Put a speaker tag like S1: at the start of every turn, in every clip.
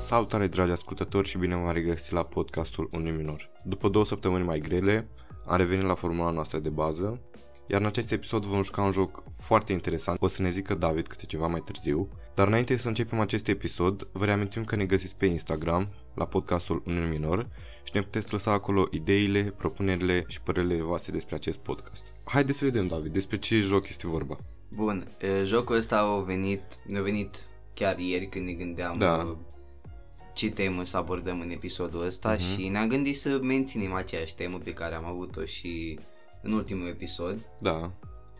S1: Salutare dragi ascultători și bine v-am regăsit la podcastul Unui Minor. După două săptămâni mai grele, am revenit la formula noastră de bază, iar în acest episod vom juca un joc foarte interesant, o să ne zică David câte ceva mai târziu, dar înainte să începem acest episod, vă reamintim că ne găsiți pe Instagram, la podcastul Unui Minor și ne puteți lăsa acolo ideile, propunerile și părerile voastre despre acest podcast. Haideți să vedem, David, despre ce joc este vorba.
S2: Bun, e, jocul ăsta a venit, ne-a venit chiar ieri când ne gândeam
S1: Da.
S2: uh, ce temă să abordăm în episodul
S1: Mhm.
S2: ăsta și ne-am gândit să menținem aceeași temă pe care am avut-o și în ultimul episod.
S1: Da,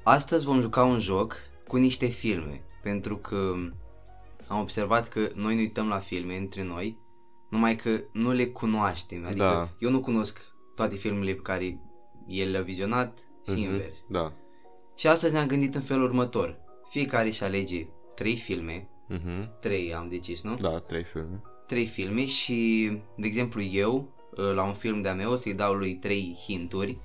S2: Astăzi vom juca un joc cu niște filme, pentru că am observat că noi ne uităm la filme între noi, numai că nu le cunoaștem. Adică
S1: Da.
S2: eu nu cunosc toate filmele pe care el le-a vizionat și
S1: Mhm.
S2: invers.
S1: da,
S2: Și astăzi ne-am gândit în felul următor. Fiecare își alege 3 filme,
S1: mhm,
S2: 3 am decis, nu?
S1: da, trei filme.
S2: 3 filme și, de exemplu, eu, ă, la un film de-a meu, o să-i dau lui 3 hinturi,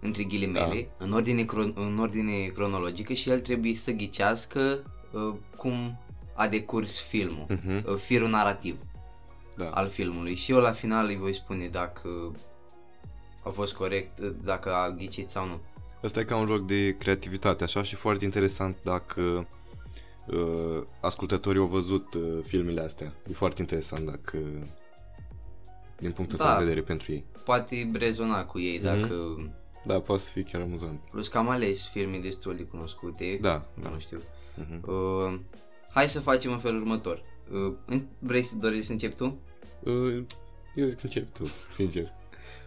S2: între ghilimele, în, ordine cron- în ordine cronologică și el trebuie să ghicească uh, cum a decurs filmul,
S1: Mhm,
S2: uh, firul narrativ
S1: da.
S2: al filmului. Și eu la final îi voi spune dacă a fost corect, uh, dacă a ghicit sau nu.
S1: Asta e ca un joc de creativitate, așa, și foarte interesant dacă uh, ascultătorii au văzut uh, filmele astea. E foarte interesant dacă, din punctul
S2: Da.
S1: da. de vedere pentru ei.
S2: Poate rezona cu ei dacă...
S1: Da, poate să fie chiar amuzant.
S2: Plus că am ales filme destul de cunoscute.
S1: Da,
S2: Nu știu.
S1: Mhm.
S2: Uh, hai să facem în felul următor. Uh, în- vrei să dorești să începi tu?
S1: Uh, eu zic încep tu, sincer.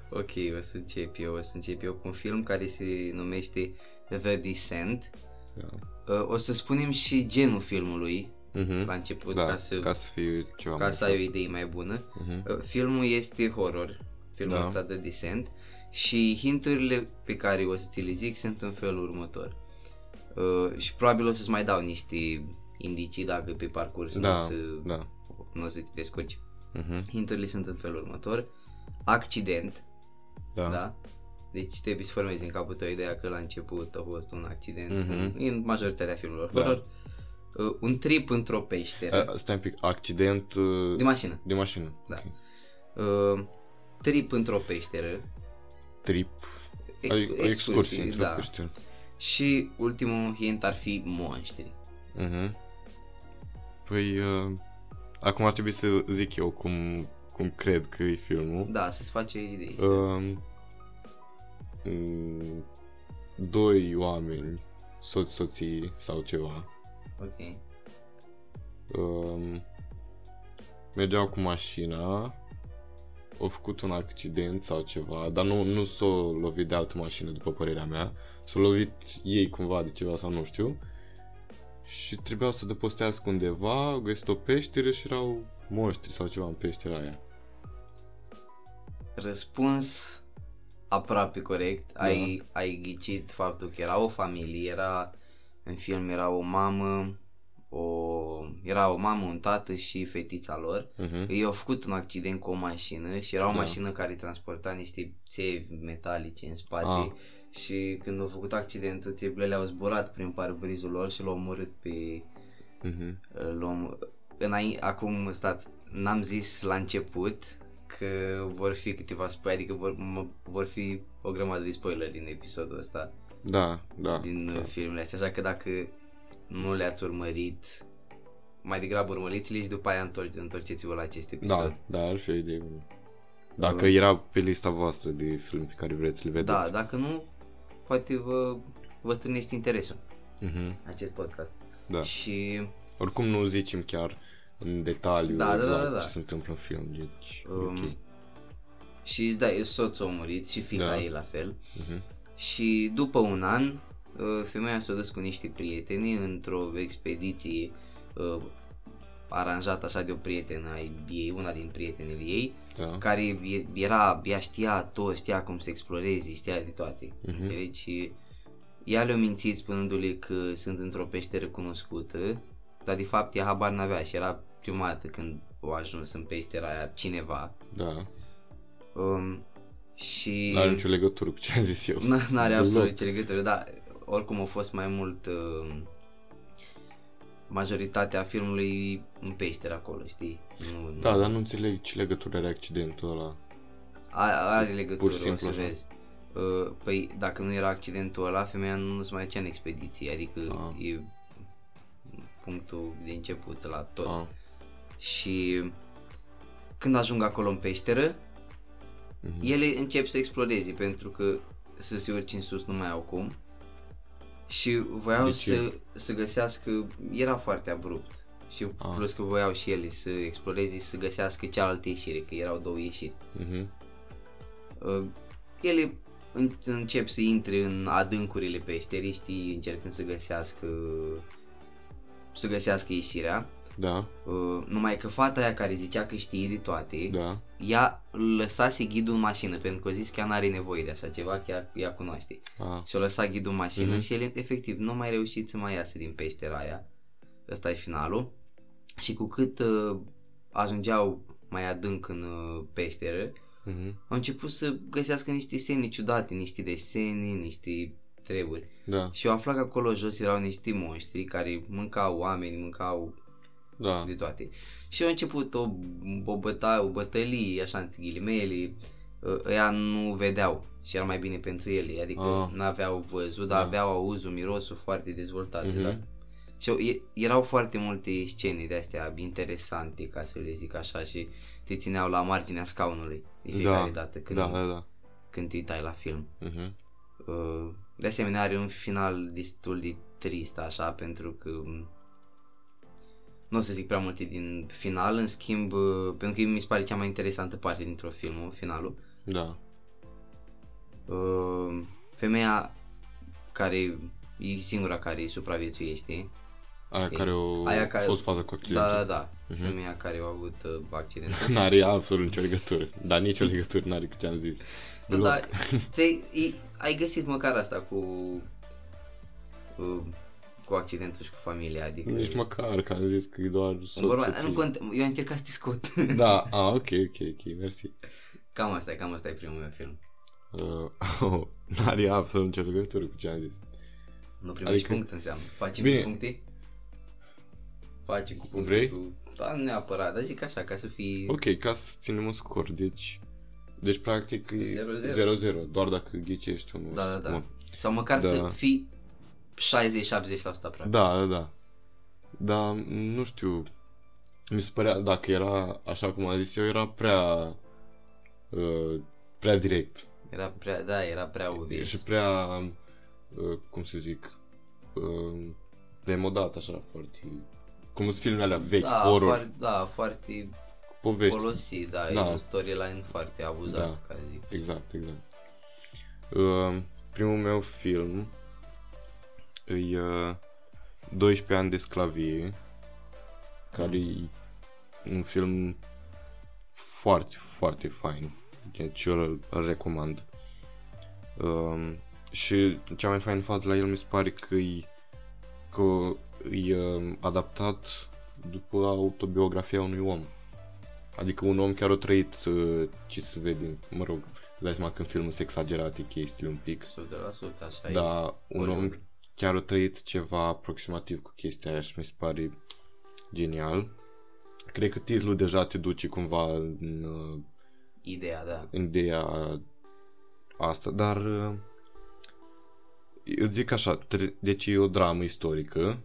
S2: Ok, o să încep eu. O să încep eu cu un film care se numește The Descent.
S1: Da.
S2: Uh, o să spunem și genul filmului
S1: Mhm.
S2: la început
S1: Da,
S2: ca să,
S1: ca
S2: ca,
S1: să fie ceva
S2: ca să ai o idee mai bună.
S1: Mhm.
S2: Uh, filmul este horror, filmul
S1: Da.
S2: ăsta The Descent și hinturile pe care o să ți le zic sunt în felul următor. Uh, și probabil o să-ți mai dau niște indicii dacă pe parcurs nu o
S1: Da,
S2: să,
S1: da.
S2: nu o să te descurci.
S1: Mhm.
S2: Hinturile sunt în felul următor. Accident,
S1: Da.
S2: da? Deci trebuie să formezi în capul tău ideea că la început a fost un accident
S1: Mhm.
S2: în, în majoritatea filmelor
S1: Da.
S2: horror. Uh, un trip într-o peșteră
S1: Uh, stai un pic, accident uh,
S2: de mașină.
S1: de mașină.
S2: Da.
S1: Ok.
S2: Uh, trip într-o peșteră.
S1: Trip,
S2: Ex-
S1: adică o excursie într-o
S2: da.
S1: peșteră.
S2: Și ultimul hint ar fi monștri.
S1: Mhm. Păi, uh, acum ar trebui să zic eu cum, cum cred că e filmul.
S2: Da, să-ți face idei. Uh.
S1: Um, mm, doi oameni, soț, soții sau ceva,
S2: Ok.
S1: um, mergeau cu mașina, au făcut un accident sau ceva, dar nu, nu s-au lovit de altă mașină, după părerea mea, s-au lovit ei cumva de ceva sau nu știu, și trebuiau să depostească undeva, au găsit o peșteră și erau monștri sau ceva în peștera aia.
S2: Răspuns aproape corect.
S1: Da.
S2: Ai, ai ghicit faptul că era o familie, era în film era o mamă, o, era o mamă, un tată și fetița lor.
S1: Uh-huh.
S2: Ei au făcut un accident cu o mașină și era o
S1: Da.
S2: mașină care transporta niște țevi metalice în spate.
S1: Ah.
S2: Și când au făcut accidentul, țevile alea au zburat prin parbrizul lor și l-au omorât pe
S1: Uh-huh.
S2: luăm înainte, acum stați, n-am zis la început că vor fi câteva spoiler, adică vor, mă, vor fi o grămadă de spoiler din episodul ăsta,
S1: Da, da.
S2: din
S1: da.
S2: uh, filmele astea, așa că dacă nu le-ați urmărit, mai degrabă urmăriți-le și după aia întor- întorceți-vă la acest episod.
S1: Da, da, ar fi o idee bună. Dacă
S2: Uh.
S1: era pe lista voastră de film pe care vreți să-l vedeți.
S2: da dacă nu, poate vă, vă strânești interesul
S1: Mhm,
S2: acest podcast.
S1: da.
S2: Și
S1: Oricum nu zicem chiar în detaliu
S2: Da, da,
S1: exact
S2: da, da.
S1: ce se întâmplă în film, deci
S2: Um,
S1: ok.
S2: și da, e soțul a murit și fiica
S1: Da.
S2: ei la fel.
S1: Mhm.
S2: Și după un an, uh, femeia s-a dus cu niște prieteni într-o expediție uh, aranjată așa de o prietenă a ei, una din prietenele ei,
S1: Da.
S2: care e- era, ea știa tot, știa cum să exploreze, știa de toate,
S1: Mhm.
S2: înțelegi? Și ea le-a mințit spunându-le că sunt într-o peșteră cunoscută, dar de fapt ea habar n-avea și era primată când a ajuns în peștera aia cineva.
S1: Da.
S2: Um, și...
S1: Nu are nicio legătură cu ce am zis eu.
S2: N- N-are
S1: Deloc.
S2: absolut nicio legătură, dar oricum a fost mai mult uh, majoritatea filmului un pește acolo, știi? Nu, nu.
S1: Da, dar nu înțeleg ce legătură are accidentul ăla.
S2: A- Are legătură,
S1: simplu da.
S2: o să
S1: așa.
S2: vezi. Uh, păi dacă nu era accidentul ăla, femeia nu se mai ducea în expediție, adică
S1: Ah.
S2: e punctul de început la tot.
S1: Ah.
S2: Și când ajung acolo în peșteră,
S1: Mhm.
S2: ele încep să explodeze pentru că să se urce în sus nu mai au cum. Și voiau
S1: De
S2: să,
S1: ce?
S2: să găsească, era foarte abrupt. Și
S1: Ah.
S2: plus că voiau și ele să exploreze, să găsească cealaltă ieșire, că erau două ieșiri.
S1: Mhm.
S2: Uh, ele în, încep să intre în adâncurile peșterii, știi, încercând să găsească să găsească ieșirea.
S1: Da,
S2: Uh, numai că fata aia care zicea că știe de toate,
S1: da.
S2: ea lăsase ghidul în mașină, pentru că a zis că ea n-are nevoie de așa ceva, că ea, ea cunoaște.
S1: Ah.
S2: Și-o lăsa ghidul în mașină
S1: Mhm.
S2: și el efectiv nu a mai reușit să mai iasă din peștera aia. Ăsta e finalul. Și cu cât uh, ajungeau mai adânc în uh, peșteră,
S1: Mhm.
S2: au început să găsească niște semne ciudate, niște desene, niște treburi.
S1: Da,
S2: Și eu aflat că acolo jos erau niște monștri care mâncau oameni, mâncau
S1: da.
S2: de toate. Și a început o, o, băta, o bătălie, așa între ghilimele, Ă, ăia nu vedeau și era mai bine pentru ele, adică
S1: Ah.
S2: nu aveau văzut, dar
S1: Da.
S2: aveau auzul, mirosul foarte dezvoltat.
S1: Mhm.
S2: Mm-hmm. Și au- e- erau foarte multe scene de astea interesante, ca să le zic așa, și te țineau la marginea scaunului de fiecare dată când,
S1: da, da, da.
S2: când te uitai la film.
S1: Mhm.
S2: Uh, De asemenea are un final destul de trist așa pentru că m, nu o să zic prea multe din final, în schimb, uh, pentru că mi se pare cea mai interesantă parte dintr-o film, uh, finalul.
S1: Da.
S2: Uh, Femeia care e singura care îi supraviețuiește,
S1: Aia
S2: Știi?
S1: care o
S2: Aia care-
S1: fost fază cu
S2: da, da,
S1: accidentul.
S2: da,
S1: Mhm.
S2: femeia care a avut uh, accidentul.
S1: N-are absolut nicio legătură. Dar nicio legătură n-are cu ce am zis.
S2: Da,
S1: Deloc.
S2: da, ți-ai, i- ai găsit măcar asta cu uh, cu accidentul și cu familia, adică...
S1: Nici măcar, că am zis că e doar
S2: Vorba,
S1: soț,
S2: nu
S1: soție.
S2: cont, eu am încercat să te scot.
S1: Da, a, ok, ok, ok, mersi.
S2: Cam asta e, cam asta e primul meu film.
S1: Uh, oh, n-are absolut nicio legătură cu ce am zis.
S2: Nu primești
S1: Adică-
S2: adică... punct înseamnă. Faci
S1: Bine.
S2: cu puncte? Faci cu puncte.
S1: Vrei?
S2: Cu... Da, nu neapărat, dar zic așa, ca să fii...
S1: Ok, ca să ținem un scor, deci... Deci, practic,
S2: Zero, zero.
S1: 0-0, doar dacă ghicești unul.
S2: Da, da, da.
S1: Bun.
S2: Sau măcar
S1: Da.
S2: da. să fii 60-70% aproape.
S1: Da, da, da. Dar, nu știu, mi se părea, dacă era, așa cum am zis eu, era prea, uh, prea direct.
S2: Era prea, da, era prea obvious.
S1: Și prea, uh, cum să zic, uh, demodat, așa, foarte... Cum sunt filmele alea vechi,
S2: da,
S1: horror,
S2: Foarte, da, foarte
S1: povești.
S2: folosit, da,
S1: Da.
S2: da, e un storyline foarte abuzat,
S1: Da.
S2: da. ca să zic.
S1: Exact, exact. Uh, primul meu film îi uh, 12 ani de sclavie, care e un film foarte, foarte fain. Deci eu îl, îl recomand. Uh, și cea mai faină fază la el mi se pare că e, că e uh, adaptat după autobiografia unui om. Adică un om chiar a trăit uh, ce se vede, mă rog, îți dai seama că în filmul se exagerate chestiile un pic,
S2: 100% așa
S1: dar
S2: e.
S1: Da, un om
S2: oribil.
S1: chiar a trăit ceva aproximativ cu chestia aia și mi se pare genial. Cred că titlul deja te duce cumva în, uh,
S2: Ideea, da.
S1: în ideea asta, dar uh, eu zic așa, tre- deci e o dramă istorică,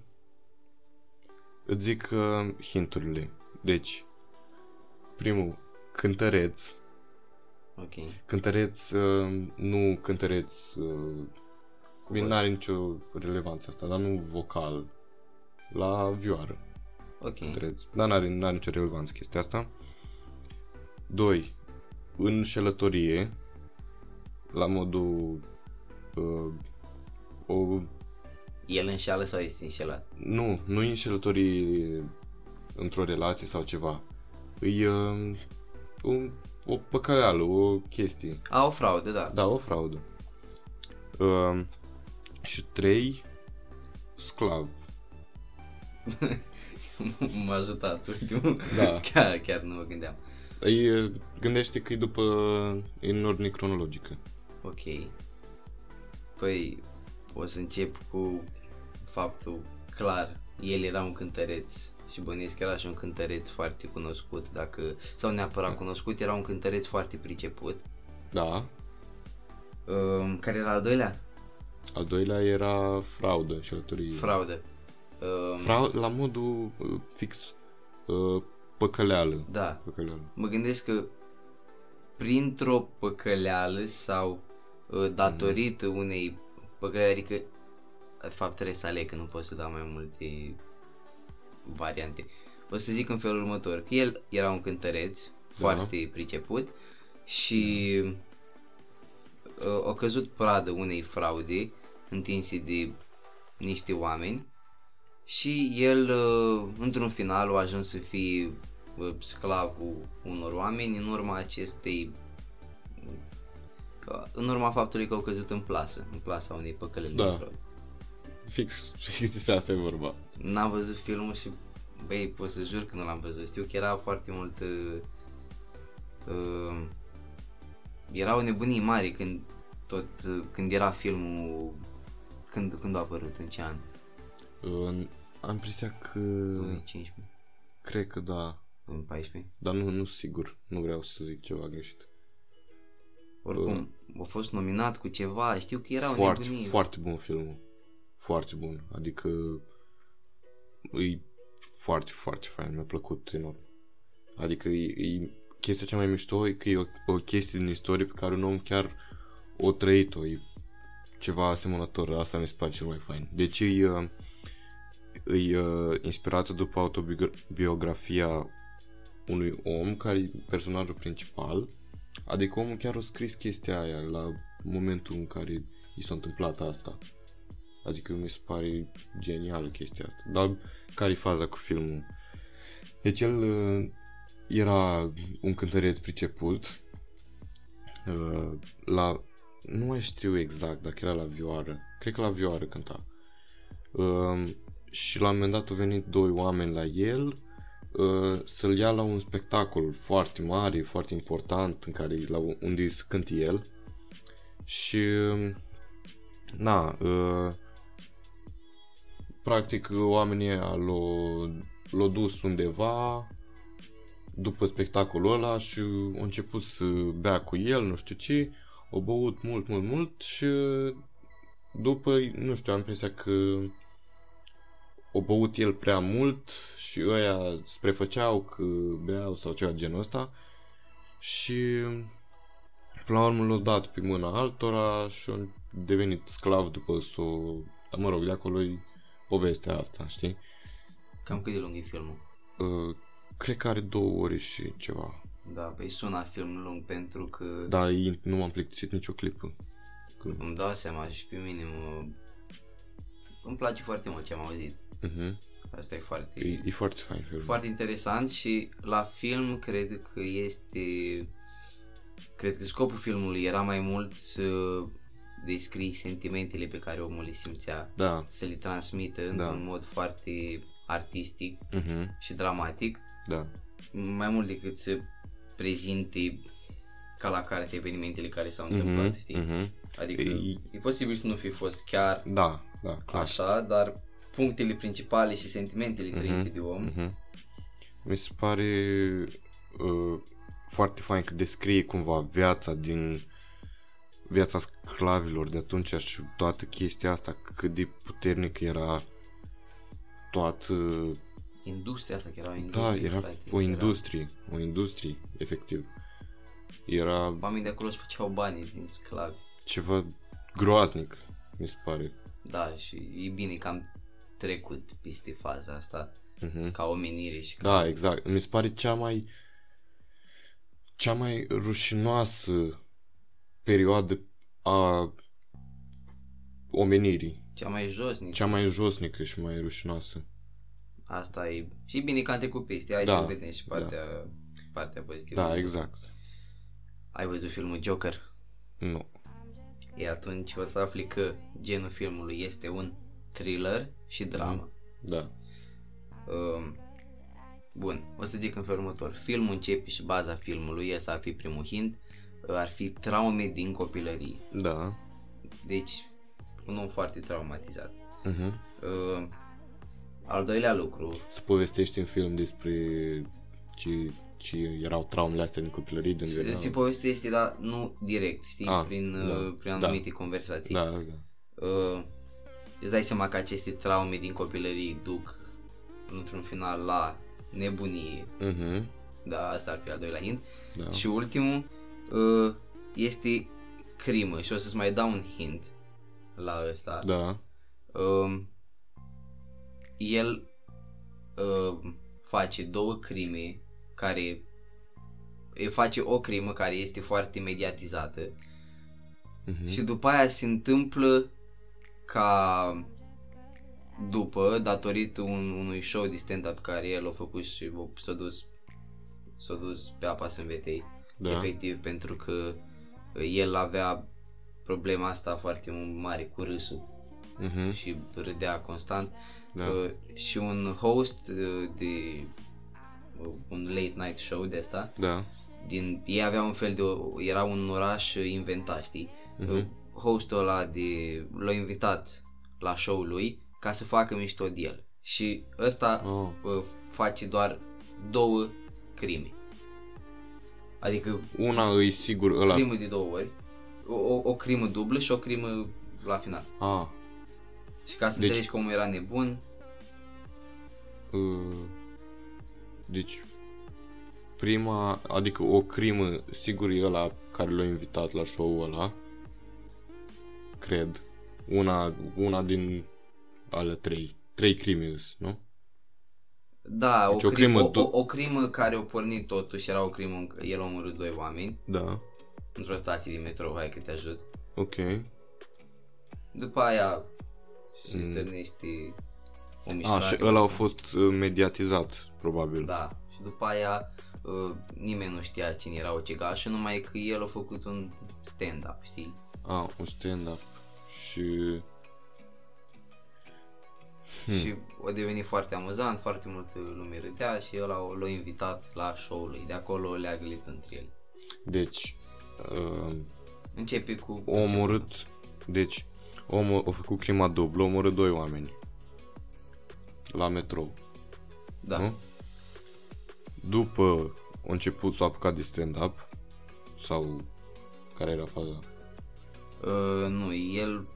S1: îți zic uh, hinturile. Deci, primul, cântăreț,
S2: Ok.
S1: cântăreț, uh, nu cântăreț, uh, bine, n-are nicio relevanță asta, dar nu vocal, la vioară,
S2: Ok.
S1: cântăreț, dar n-are, n-are nicio relevanță chestia asta. 2. Înșelătorie, la modul, uh, o,
S2: El înșeală sau este înșelat?
S1: nu, nu e înșelătorie într-o relație sau ceva, e uh, un, o păcăleală, o chestie.
S2: A, o fraudă, da.
S1: Da, o fraudă. Um, și 3. Sclav.
S2: M-a ajutat ultimul.
S1: Da.
S2: Chiar, chiar nu mă gândeam.
S1: Îi gândește că e după e în ordine cronologică.
S2: Ok. Păi, o să încep cu faptul clar el era un cântăreț și Bănescu era și un cântăreț foarte cunoscut, dacă, sau neapărat cunoscut, era un cântăreț foarte priceput,
S1: Da.
S2: um, care era al doilea,
S1: Al doilea era fraudă, înșelătorie.
S2: fraudă. Um,
S1: Frau- la modul uh, fix uh, păcăleală.
S2: da,
S1: Păcăleală.
S2: mă gândesc că printr-o păcăleală sau uh, datorită unei păcăleale, adică de fapt trebuie să aleg că nu pot să dau mai multe variante. O să zic în felul următor, că el era un cântăreț foarte priceput și uh, a căzut pradă unei fraude întinse de niște oameni și el uh, într-un final a ajuns să fie uh, sclavul unor oameni în urma acestei uh, în urma faptului că au căzut în plasă, în plasa unei păcălele
S1: Da.
S2: de fraude.
S1: Fix, fix despre asta e vorba.
S2: N-am văzut filmul și băi, pot să jur că nu l-am văzut. Știu că era foarte mult uh, uh, erau nebunii mari când tot uh, când era filmul când când a apărut în ce an?
S1: Uh, am impresia că...
S2: Mm. 2015,
S1: Cred că da.
S2: 2014.
S1: Dar nu, nu sunt sigur. Nu vreau să zic ceva greșit.
S2: Oricum, a fost nominat cu ceva, știu că erau
S1: foarte,
S2: nebunii.
S1: foarte bun filmul. Foarte bun. Adică e foarte, foarte fain. Mi-a plăcut enorm. Adică e, e chestia cea mai mișto e că e o, o chestie din istorie pe care un om chiar o trăit-o. E ceva asemănător. Asta mi se pare cel mai fain. Deci e, uh, e uh, inspirată după autobiografia unui om care e personajul principal. Adică omul chiar a scris chestia aia la momentul în care i s-a întâmplat asta. Adică mi se pare genială chestia asta. Dar care e faza cu filmul? Deci el uh, era un cântăreț priceput uh, la... Nu mai știu exact dacă era la vioară. Cred că la vioară cânta. Uh, și la un moment dat au venit doi oameni la el uh, să-l ia la un spectacol foarte mare, foarte important, în care la unde să cânt el. Și uh, na, uh, practic oamenii ăia l-au l-au dus undeva după spectacolul ăla și au început să bea cu el, nu știu ce, au băut mult, mult, mult și după, nu știu, am impresia că o băut el prea mult și ăia se prefăceau că beau sau ceva genul ăsta și până la urmă l-au dat pe mâna altora și au devenit sclav după s-o... Dar mă rog, de acolo e povestea asta, știi?
S2: Cam cât de lung e filmul?
S1: Uh, cred că are două ore și ceva.
S2: Da, păi suna film lung pentru că
S1: Dar ei nu m-am plictisit nicio clipă.
S2: îmi dau seama și pe mine mă... Îmi place foarte mult ce am auzit.
S1: Uh-huh.
S2: Asta e foarte...
S1: E, e foarte fain filmul.
S2: Foarte interesant și la film cred că este... Cred că scopul filmului era mai mult să descrii sentimentele pe care omul le simțea,
S1: Da.
S2: să le transmită într-un mod foarte artistic
S1: Uh-huh.
S2: și dramatic,
S1: Da.
S2: mai mult decât să prezinte ca la carte evenimentele care s-au întâmplat, știi?
S1: Uh-huh.
S2: Adică
S1: Mhm, E-
S2: e... posibil să nu fi fost chiar
S1: Da, da, clar.
S2: așa, dar punctele principale și sentimentele trăite de om
S1: Mhm. Mi se pare uh, foarte fain că descrie cumva viața din viața sclavilor de atunci și toată chestia asta, cât de puternică era toată,
S2: Industria asta, chiar era o
S1: da,
S2: industrie.
S1: era
S2: frate,
S1: o industrie, o industrie, efectiv. Era
S2: Era... Oamenii de acolo își făceau banii din sclavi.
S1: ceva groaznic, mi se pare.
S2: Da, și e bine că am trecut peste faza asta
S1: Mhm.
S2: ca omenire și ca...
S1: Da, exact. Mi se pare cea mai cea mai rușinoasă perioadă a omenirii.
S2: cea mai josnică.
S1: Cea mai josnică și mai rușinoasă.
S2: Asta e... Și e bine că am trecut peste. Hai
S1: Da,
S2: să vedem și partea, partea pozitivă.
S1: Da, exact.
S2: Ai văzut filmul Joker?
S1: Nu.
S2: E atunci o să afli că genul filmului este un thriller și dramă.
S1: Da.
S2: Um, Bun, o să zic în felul următor. Filmul începe și baza filmului, ăsta ar fi primul hint, uh, ar fi traume din copilărie.
S1: Da. Mhm.
S2: Deci, un om foarte traumatizat.
S1: Uh-huh.
S2: Uh, Al doilea lucru,
S1: Să povestești în film despre ce, ce erau traumele astea din copilărie din
S2: se,
S1: Vietnam.
S2: se povestește, dar nu direct, știi,
S1: Ah,
S2: prin,
S1: da,
S2: uh, prin
S1: da.
S2: anumite conversații.
S1: Da, da, da.
S2: uh, îți dai seama că aceste traume din copilărie duc într-un final la nebunie,
S1: Mhm,
S2: da, asta ar fi al doilea hint.
S1: da.
S2: Și ultimul uh, este crimă și o să-ți mai dau un hint la ăsta.
S1: Da.
S2: Um, el uh, face două crime care e, face o crimă care este foarte mediatizată
S1: Mhm.
S2: și după aia se întâmplă ca după, datorită un, unui show de stand-up care el a făcut și o- s-a dus, s-a dus pe apa sâmbetei,
S1: Da.
S2: efectiv, pentru că el avea problema asta foarte mare cu râsul
S1: Mhm,
S2: și râdea constant
S1: Da.
S2: uh, și un host uh, de uh, un late night show de asta
S1: Da.
S2: din, ei aveau un fel de, era un oraș uh, inventat, știi? Uh-huh.
S1: Mhm.
S2: Hostul ăla de, l-a invitat la show-ul lui ca să facă mișto de el. Și ăsta
S1: Oh.
S2: uh, face doar două crime. Adică
S1: Una îi sigur
S2: la...
S1: ăla.
S2: crimă de două ori, o, o, o crimă dublă și o crimă la final.
S1: Ah.
S2: Și ca să
S1: Deci-
S2: deci... înțelegi cum era nebun,
S1: Uh, deci prima, adică o crimă, sigur e ăla care l-a invitat la show-ul ăla, cred, una, una din ale trei, trei crimius, nu?
S2: da,
S1: Deci
S2: o,
S1: o
S2: crimă,
S1: crimă
S2: o,
S1: du-
S2: o, o crimă care o pornit totuși, era o crimă, în- el a omorât doi oameni
S1: Da,
S2: într-o stație din metrou, hai că te ajut.
S1: ok,
S2: După aia se mm. stârnește o mișcare.
S1: a, și ăla a fost uh, mediatizat, probabil,
S2: Da, și după aia uh, nimeni nu știa cine era ucigașul, numai că el a făcut un stand-up, știi?
S1: a, un stand-up și
S2: Hmm. Și a devenit foarte amuzant, foarte mult lume râdea și el l-a, l-a invitat la show-ul lui, de acolo le-a gâlit între ele.
S1: deci uh,
S2: Începe cu...
S1: a omorât, deci, omul a făcut crima dublă, a omorât doi oameni. La metrou,
S2: Da,
S1: nu? După a început s-a apucat de stand-up, sau care era faza?
S2: uh, nu, el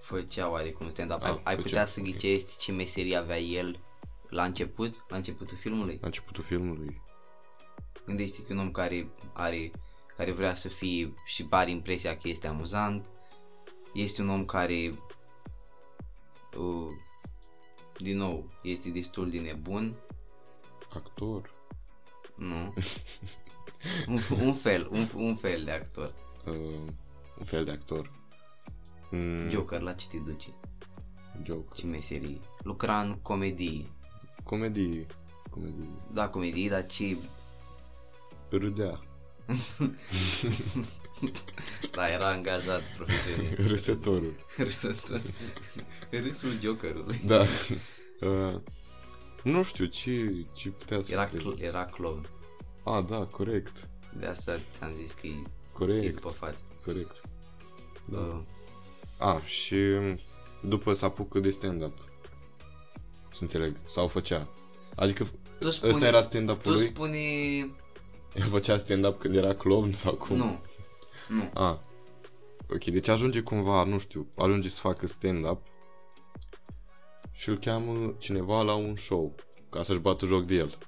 S2: făcea oarecum stand-up.
S1: Ah,
S2: ai, ai
S1: făcea,
S2: putea să
S1: ok.
S2: ghicești ce meserie avea el la început, la începutul filmului?
S1: La începutul filmului.
S2: Gândește că un om care are care vrea să fie și pare impresia că este amuzant, este un om care uh, din nou este destul de nebun,
S1: Actor?
S2: nu? un, f- un fel, un, f- un fel de actor.
S1: Uh, un fel de actor. Mm,
S2: Joker, la ce te duci?
S1: Joke.
S2: Ce meserie? Lucra în comedii.
S1: Comedii. Comedii.
S2: Da, comedii, dar ce...
S1: Râdea.
S2: Da, era angajat profesionist.
S1: Râsătorul.
S2: Râsul, râsul Jokerului.
S1: Da. Uh, nu știu ce, ce putea să
S2: Era,
S1: fie.
S2: cl- era clown.
S1: A, da, corect.
S2: De asta ți-am zis că e E
S1: Corect.
S2: după față.
S1: Corect.
S2: Da. Uh,
S1: A, și după s-a apucă de stand-up. Să înțeleg. Sau făcea. Adică
S2: tu spune,
S1: ăsta era
S2: tu
S1: stand-up-ul lui?
S2: spune...
S1: El făcea stand-up când era clown sau cum?
S2: Nu. Nu.
S1: A. Ok, deci ajunge cumva, nu știu, ajunge să facă stand-up și îl cheamă cineva la un show ca să-și bată joc de el.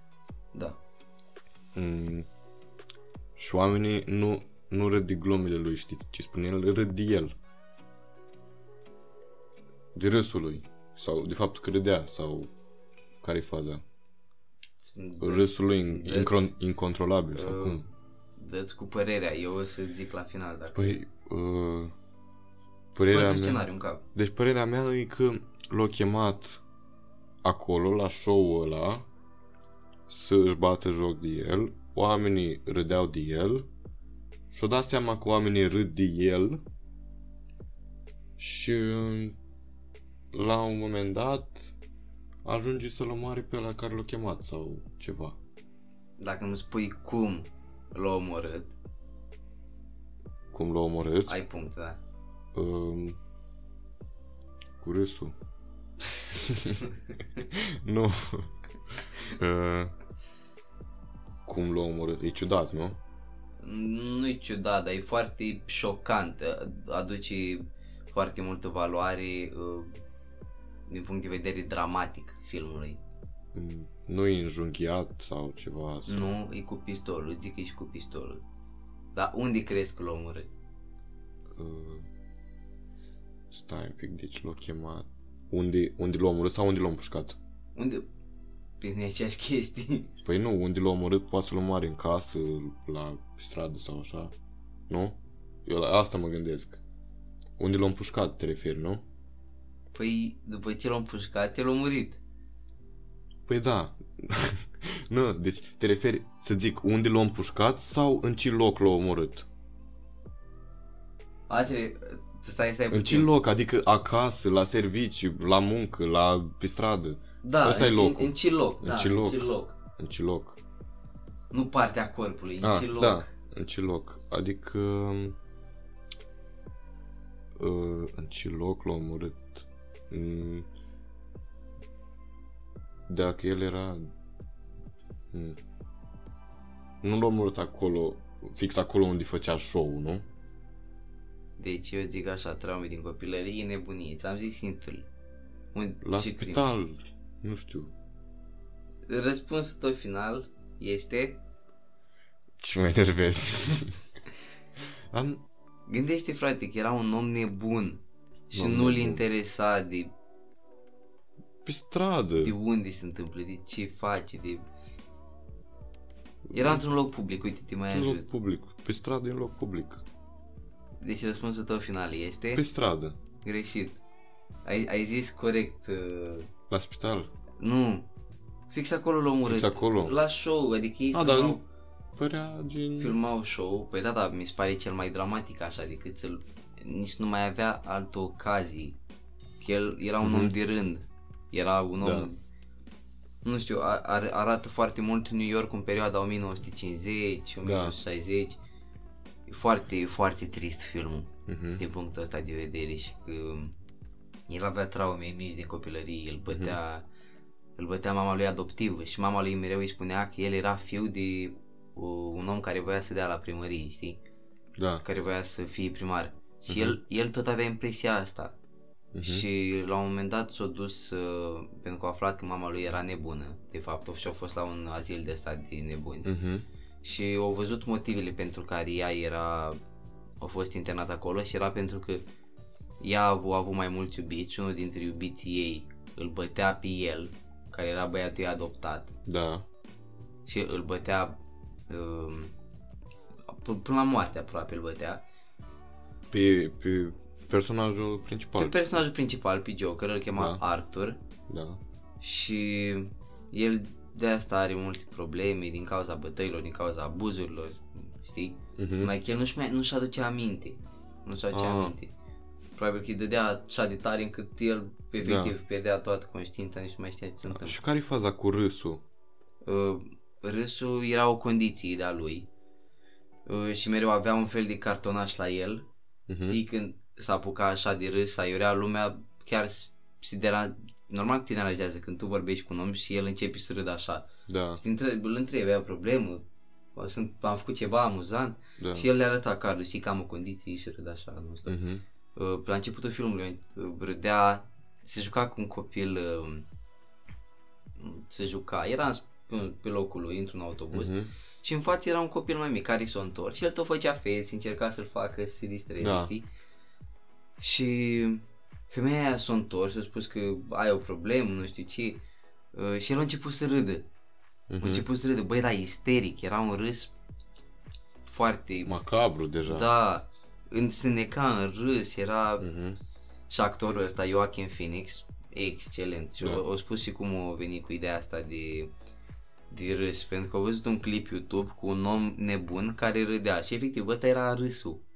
S2: Da.
S1: Mm. Și oamenii nu, nu râd de glumele lui, știi ce spune el? Râd de el. De râsul lui. Sau de faptul că râdea, sau care-i faza? Râsul lui in,
S2: Râs.
S1: incron, incontrolabil, sau cum?
S2: Dă-ți cu părerea, eu o să zic la final dacă...
S1: Păi, uh,
S2: Păi,
S1: părerea
S2: un
S1: mea...
S2: scenariu în cap.
S1: Deci părerea mea e că l-au chemat acolo, la show-ul ăla, să își bată joc de el, oamenii râdeau de el și-o dat seama că oamenii râd de el și la un moment dat ajunge să-l omoare pe la care l-a chemat sau ceva.
S2: Dacă îmi spui cum l-a omorât,
S1: Cum l-a omorât?
S2: ai punct, da.
S1: Um, cu râsul. nu. Uh, cum l-a omorât? E ciudat, nu?
S2: Nu-i ciudat, dar e foarte șocant, aduce foarte multă valoare uh, din punct de vedere dramatic filmului.
S1: Mm, Nu e înjunghiat sau ceva? Sau...
S2: Nu, e cu pistolul, zic că e și cu pistolul. Dar unde crezi că l-a omorât?
S1: Uh, stai un pic, deci l-a chemat. Unde, unde l-a omorât sau unde l-a împușcat?
S2: Unde? Prin aceeași chestii.
S1: Păi nu, unde l-a omorât poate să-l omoare în casă, la stradă sau așa. Nu? Eu la asta mă gândesc. Unde l-a împușcat, te referi, nu?
S2: Păi, după ce l-a împușcat, el a murit.
S1: Păi da. nu, deci te referi, să zic, unde l-a împușcat sau în ce loc l-a omorât?
S2: Atre, stai, stai
S1: În ce
S2: puțin.
S1: loc? Adică acasă, la serviciu, la muncă, la pe stradă.
S2: da,
S1: ăsta e
S2: în, ce-
S1: locul.
S2: în ce loc,
S1: În
S2: da,
S1: ce
S2: în
S1: loc.
S2: ce loc.
S1: În ce loc?
S2: Nu partea corpului, în
S1: Ah,
S2: ce loc.
S1: Da, în ce loc? Adică... Uh, în ce loc l-a omorât? Mm. Dacă el era... Mm. Nu l-a omorât acolo, fix acolo unde făcea show nu?
S2: Deci eu zic așa, traume din copilărie, nebunie, ți-am zis simplu. Un,
S1: La
S2: și prim.
S1: spital, nu știu.
S2: Răspunsul tău final este,
S1: Ce mă enervezi? Am...
S2: gândește frate că era un om nebun și
S1: Om
S2: nu-l
S1: nebun.
S2: interesa de,
S1: Pe stradă.
S2: de unde se întâmplă, de ce face, de... Era într-un loc public, uite, te mai
S1: În loc
S2: ajut.
S1: public. Pe stradă, în loc public.
S2: Deci răspunsul tău final este
S1: Pe stradă.
S2: greșit. Ai, ai zis corect. uh,
S1: La spital.
S2: Nu. Fix acolo l-au omorât.
S1: acolo?
S2: La show, adică ei
S1: A, dar
S2: filmau-
S1: nu părea gen...
S2: filmau show, păi da, da, mi se pare cel mai dramatic așa, decât să-l... Nici nu mai avea altă ocazie. Că el era un
S1: Mhm.
S2: om de rând. Era un om...
S1: Da.
S2: Nu știu, a- ar, arată foarte mult New York în perioada 1950, 1960. E foarte, foarte trist filmul
S1: Mhm.
S2: din punctul ăsta de vedere și că el avea traume mici din copilărie, îl bătea, îl bătea mama lui adoptivă și mama lui mereu îi spunea că el era fiu de uh, un om care voia să dea la primărie, știi?
S1: Da.
S2: Care voia să fie primar. Și
S1: Mhm.
S2: el, el tot avea impresia asta.
S1: Mhm.
S2: Și la un moment dat s-a dus, uh, pentru că a aflat că mama lui era nebună, de fapt, și a fost la un azil de stat de nebuni
S1: Mhm.
S2: și au văzut motivele pentru care ea era a fost internată acolo și era pentru că ea a avut, a avut mai mulți iubiți și unul dintre iubiții ei îl bătea pe el, care era băiatul ei adoptat
S1: Da.
S2: și îl bătea um, p- până la moarte aproape îl bătea
S1: Pe, pe personajul
S2: pe
S1: principal.
S2: personajul principal, pe Joker, îl chema
S1: Da.
S2: Arthur
S1: Da.
S2: și el de asta are multe probleme din cauza bătăilor, din cauza abuzurilor, știi?
S1: Mhm.
S2: Numai că el nu-și, mai, nu-și aduce aminte. Nu-și aduce
S1: Ah.
S2: aminte. Probabil că îi dădea așa de tare încât el efectiv da. pierdea toată conștiința, nici nu mai știa ce se întâmplă.
S1: Și care-i faza cu râsul?
S2: Uh, râsul era o condiție de-a lui uh, și mereu avea un fel de cartonaș la el.
S1: Mhm.
S2: Știi, când s-a apucat așa de râs, aiurea lumea, chiar s- se deran... Normal că te deranjează când tu vorbești cu un om și el începe să râdă așa.
S1: Da,
S2: Și te întreb- Îl întrebi, ai o problemă? Sunt, am făcut ceva amuzant?
S1: da.
S2: Și el le arăta cardul, știi că am o condiție și râd așa, nu știu.
S1: Mhm.
S2: Uh, La începutul filmului uh, râdea, se juca cu un copil, uh, se juca, era în sp- în- pe locul lui, într-un autobuz
S1: Mhm.
S2: și în față era un copil mai mic care s-a întors și el tot făcea feți, încerca să-l facă să se distreze,
S1: Da.
S2: știi? Și femeia aia s-a întors, a spus că ai o problemă, nu știu ce, uh, și el a început să râdă, a
S1: Mhm.
S2: început să râdă, băi, da, isteric, era un râs foarte
S1: Macabru deja.
S2: da, în sâneca în râs, era
S1: Mhm.
S2: și actorul ăsta, Joaquin Phoenix, excelent. Și
S1: Da.
S2: au da. spus și cum a venit cu ideea asta de, de râs, pentru că au văzut un clip YouTube cu un om nebun care râdea și efectiv ăsta era râsul.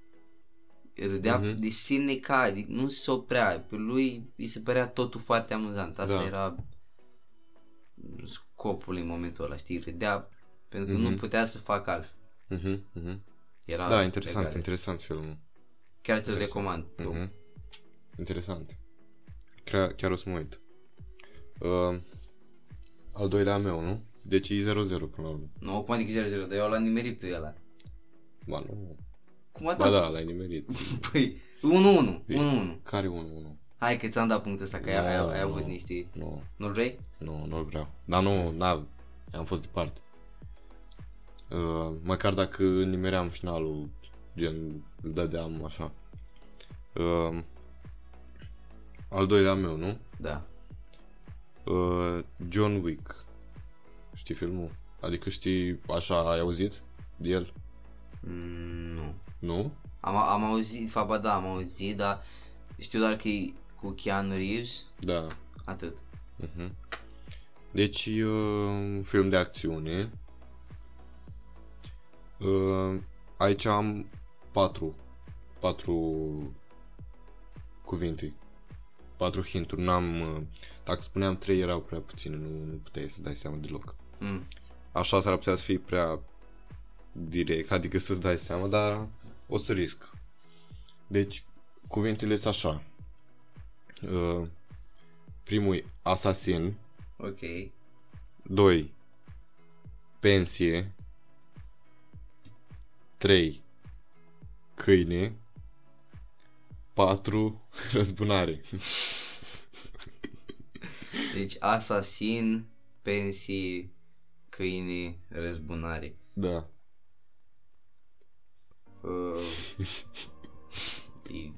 S2: Râdea
S1: Mhm.
S2: mm-hmm. de sineca, de, nu se oprea, pe lui îi se părea totul foarte amuzant, asta
S1: Da.
S2: da. era scopul în momentul ăla, știi, râdea pentru că mm-hmm.
S1: Mhm.
S2: nu putea să facă altfel.
S1: Mhm. Mhm.
S2: Era
S1: Da, interesant,
S2: legat.
S1: interesant filmul.
S2: Chiar ți-l
S1: interesant.
S2: recomand.
S1: Mhm. Interesant. Chiar, chiar o să mă uit. Uh, al doilea meu, nu? Deci e 0-0 până la urmă.
S2: Nu, cum adică 0-0, dar eu l-am nimerit pe ăla.
S1: Ba nu.
S2: Cum a
S1: Ba
S2: dat?
S1: da, l-ai nimerit.
S2: Păi, 1-1,
S1: Ei.
S2: 1-1.
S1: Care 1-1?
S2: Hai că ți-am dat punctul ăsta, că ai, ai,
S1: Nu,
S2: ai avut
S1: Da, nu.
S2: niște...
S1: Nu,
S2: Nu-l vrei?
S1: nu, nu vreau. Dar nu, n-am, am fost departe. Uh, măcar dacă nimeream finalul, gen, îl dădeam așa. Uh, al doilea meu, nu?
S2: Da.
S1: Uh, John Wick. Știi filmul? Adică știi, așa, ai auzit de el?
S2: Mm, nu.
S1: Nu?
S2: Am, am auzit, faba da, am auzit, dar știu doar că e cu Keanu Reeves,
S1: Da.
S2: atât.
S1: Uh-huh. Deci, e un film de acțiune. Uh, Aici am patru, patru cuvinte, patru hinturi. N-am, uh, dacă spuneam trei erau prea puține, nu, nu puteai să dai seama deloc.
S2: Mm.
S1: Așa s-ar putea să fii prea direct, adică să-ți dai seama, dar o să risc. Deci, cuvintele sunt așa. Uh, primul e asasin,
S2: Ok.
S1: 2. Pensie 3. Câine 4. Răzbunare
S2: Deci asasin, pensii, câini, răzbunare.
S1: Da,
S2: Uh, e-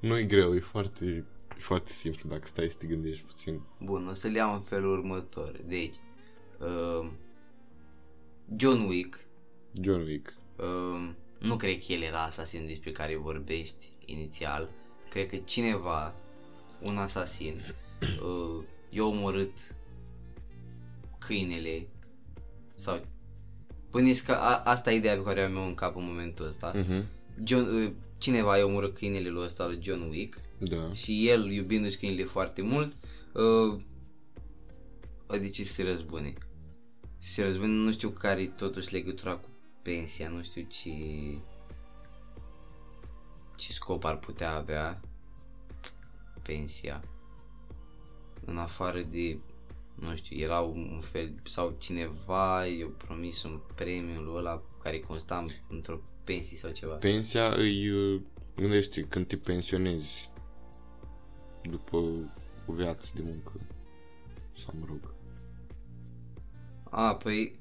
S1: nu e greu, e foarte, e foarte simplu dacă stai să te gândești puțin
S2: Bun, o să-l iau în felul următor. Deci, uh, John Wick,
S1: John Wick
S2: uh, nu cred că el era asasinul despre care vorbești inițial. Cred că cineva, un asasin, uh, i-a omorât câinele sau... Puneți că a, asta e ideea pe care o am eu în cap în momentul ăsta.
S1: uh-huh.
S2: John, uh, cineva i-a omorât câinele lui ăsta lui John Wick
S1: Da,
S2: și el, iubindu-și câinile foarte mult, uh, a decis să se răzbune. Să Se răzbune, nu știu care e totuși legătura cu pensia, nu știu ce, ce scop ar putea avea pensia. În afară de, nu știu, era un fel, sau cineva i-a promis un premiu lui ăla care consta în- într-o pensie sau ceva.
S1: pensia îi uh, gândește când te pensionezi După o viață de muncă Să mă rog
S2: A, păi...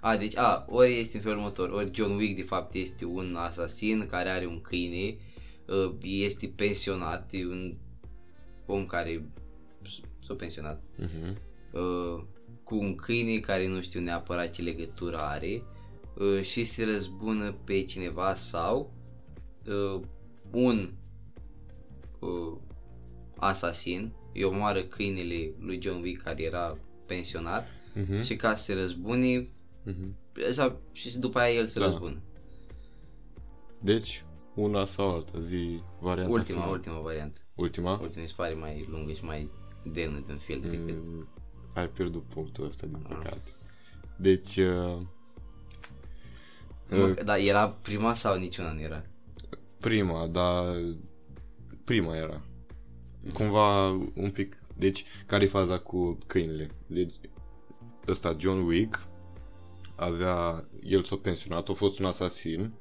S2: A, deci, a, ori este în felul următor, ori John Wick de fapt este un asasin care are un câine, ă, este pensionat, e un om care s- s-a pensionat,
S1: uh-huh.
S2: ă, cu un câine care nu știu neapărat ce legătură are ă, și se răzbună pe cineva sau ă, un ă, asasin, îi omoară câinele lui John Wick care era pensionat
S1: Uh-huh.
S2: și ca să se răzbune
S1: Uh-huh.
S2: sau, și după aia el se
S1: Da.
S2: da. răzbună.
S1: Deci, una sau alta, zi varianta
S2: Ultima,
S1: finală.
S2: ultima variantă.
S1: Ultima?
S2: Ultima mi se pare mai lungă și mai demnă din film mm. decât...
S1: Mm, ai pierdut punctul ăsta, din
S2: Ah.
S1: păcate. Deci, uh,
S2: Mă, dar era prima sau niciuna nu era?
S1: prima, dar prima era. Cumva un pic, deci care e faza cu câinile? Deci ăsta John Wick avea, el s-a pensionat, a fost un asasin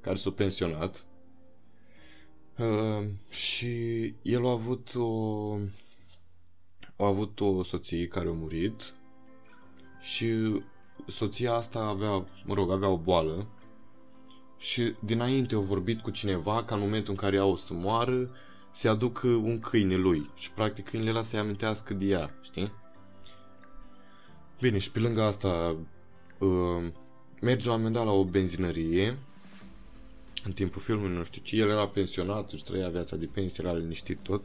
S1: care s-a pensionat uh, și el a avut o a avut o soție care a murit și soția asta avea, mă rog, avea o boală și dinainte au vorbit cu cineva ca în momentul în care ea o să moară se aduc uh, un câine lui și practic câinele ăla să-i amintească de ea, știi? Bine, și pe lângă asta uh, merge la un moment dat la o benzinărie în timpul filmului, nu știu ce, el era pensionat, își trăia viața de pensie, era liniștit tot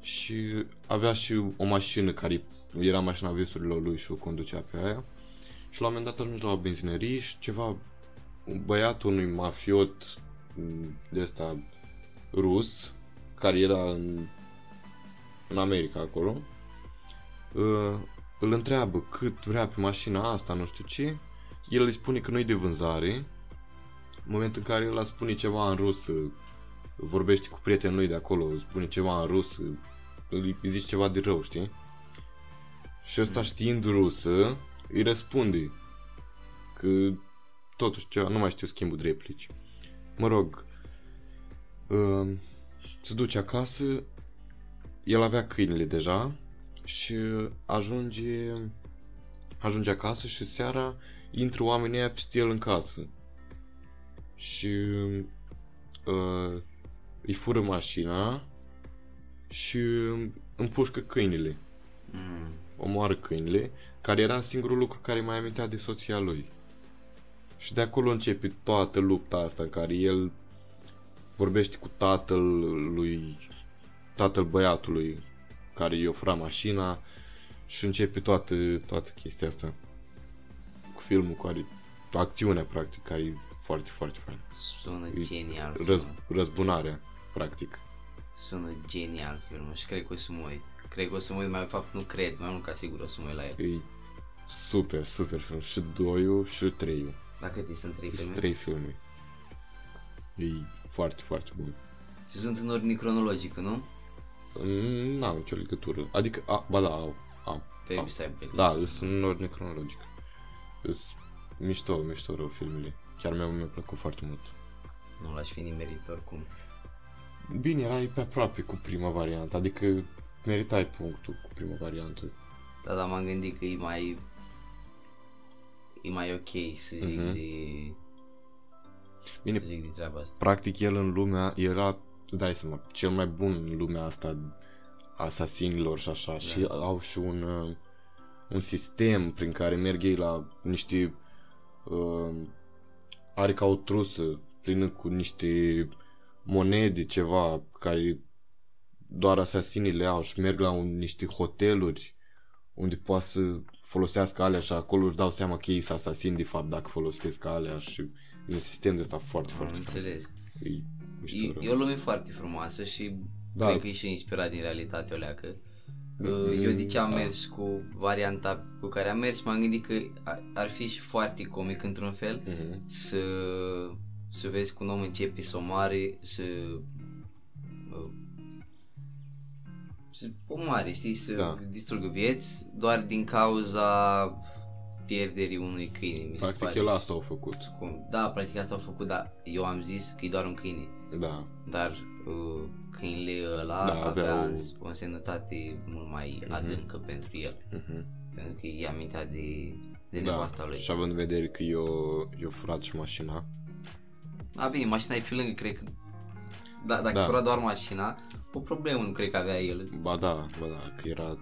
S1: și avea și o mașină care era mașina visurilor lui și o conducea pe aia și la un moment dat ajunge la o benzinărie și ceva un băiat unui mafiot m, de ăsta rus, care era în, în America acolo, uh, îl întreabă cât vrea pe mașina asta, nu știu ce, el îi spune că nu-i de vânzare, în momentul în uh, care el spune ceva în rusă, vorbește cu prietenul lui de acolo, spune ceva în rusă, uh, îi zici ceva de rău, știi? Și ăsta știind rusă, îi răspunde că totuși ceva, nu mai știu schimbul de replici. Mă rog, uh, se duce acasă, el avea câinile deja și ajunge, ajunge acasă și seara intră oamenii aia peste el în casă. Și uh, îi fură mașina și împușcă câinile.
S2: Mm.
S1: Omoară câinile, care era singurul lucru care mai amintea de soția lui. Și de acolo începe toată lupta asta în care el vorbește cu tatăl lui, tatăl băiatului care îi ofera mașina și începe toată, toată chestia asta cu filmul care, acțiunea practic care e foarte, foarte fain.
S2: Sună
S1: E
S2: genial.
S1: Răz,
S2: filmul.
S1: răzbunarea, practic.
S2: Sună genial filmul și cred că o să mă uit. Cred că o să mă uit, mai de fapt nu cred, mai mult ca sigur o să mă uit la el.
S1: E super, super film. Și doiul și treiul.
S2: La câte sunt trei
S1: Sunt
S2: filme?
S1: trei filme. E foarte, foarte bun.
S2: Și sunt în ordine cronologică, nu?
S1: Mm, N-am nicio legătură. Adică, a, ba da, au. au.
S2: Pe
S1: au.
S2: Cyber.
S1: Da, sunt în ordine cronologică. Sunt mișto, mișto rău filmele. Chiar mi-au mi-a plăcut foarte mult.
S2: Nu l-aș fi nimerit oricum.
S1: Bine, erai pe aproape cu prima variantă, adică meritai punctul cu prima variantă.
S2: Da, dar m-am gândit că e mai... E mai ok să zic
S1: Mhm.
S2: de...
S1: Bine.
S2: Să zic de treaba asta.
S1: practic el în lumea era, dai seama, cel mai bun în lumea asta a asasinilor și așa da. și au și un, uh, un sistem prin care merg ei la niște uh, are ca o trusă plină cu niște monede ceva care doar asasinii le au și merg la un, niște hoteluri unde poate să folosească alea și acolo își dau seama că ei sunt asasini de fapt dacă folosesc alea și e un sistem de ăsta foarte,
S2: Am
S1: foarte fain.
S2: înțeles.
S1: E, Păi, nu știu,
S2: E,
S1: rău.
S2: e o lume foarte frumoasă și
S1: Da.
S2: da. cred că e și inspirat din realitatea o leacă.
S1: Mm,
S2: uh, Eu de ce am
S1: da.
S2: mers cu varianta cu care am mers, m-am gândit că a- ar fi și foarte comic într-un fel
S1: Mhm.
S2: să, să vezi că un om începe să omoare, să, uh, să omoare, știi, să
S1: Da.
S2: da. distrugă vieți doar din cauza pierderii unui câine, mi se
S1: Practic
S2: pare.
S1: el asta au făcut.
S2: Cum- Da, practic asta au făcut, dar eu am zis că e doar un câine
S1: Da.
S2: dar uh, câinele ăla
S1: Da,
S2: da,
S1: avea
S2: avea
S1: o-
S2: o... o însemnătate mult mai
S1: Mhm.
S2: adâncă pentru el,
S1: Mhm.
S2: pentru că i-a amintea de, de
S1: da.
S2: nevasta lui.
S1: Și având în vedere că eu, eu furat și mașina.
S2: A, bine, mașina e pe lângă, cred că, da, dacă
S1: Da.
S2: da. fura doar mașina, o problemă nu cred că avea el.
S1: Ba da, ba da, că era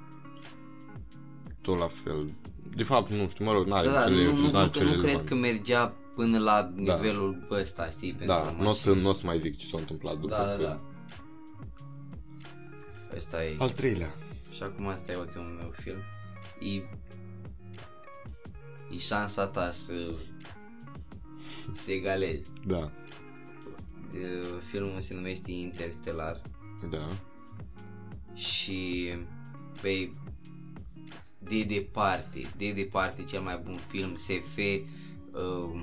S1: tot la fel. De fapt, nu știu, mă rog, n-are
S2: Da, da,
S1: ce
S2: nu,
S1: le-
S2: nu, nu,
S1: n-are
S2: nu,
S1: ce
S2: că- nu
S1: relevanță.
S2: cred că mergea până la nivelul da. ăsta, știi, pentru
S1: Da,
S2: mașină.
S1: nu o să, n-o să mai zic ce s-a întâmplat după
S2: da, da,
S1: că...
S2: da. Ăsta e.
S1: Al treilea.
S2: Și acum asta e ultimul meu film. E, e șansa ta să se egalezi.
S1: Da.
S2: E, Filmul se numește Interstellar
S1: Da.
S2: și pe de departe, de departe cel mai bun film SF uh,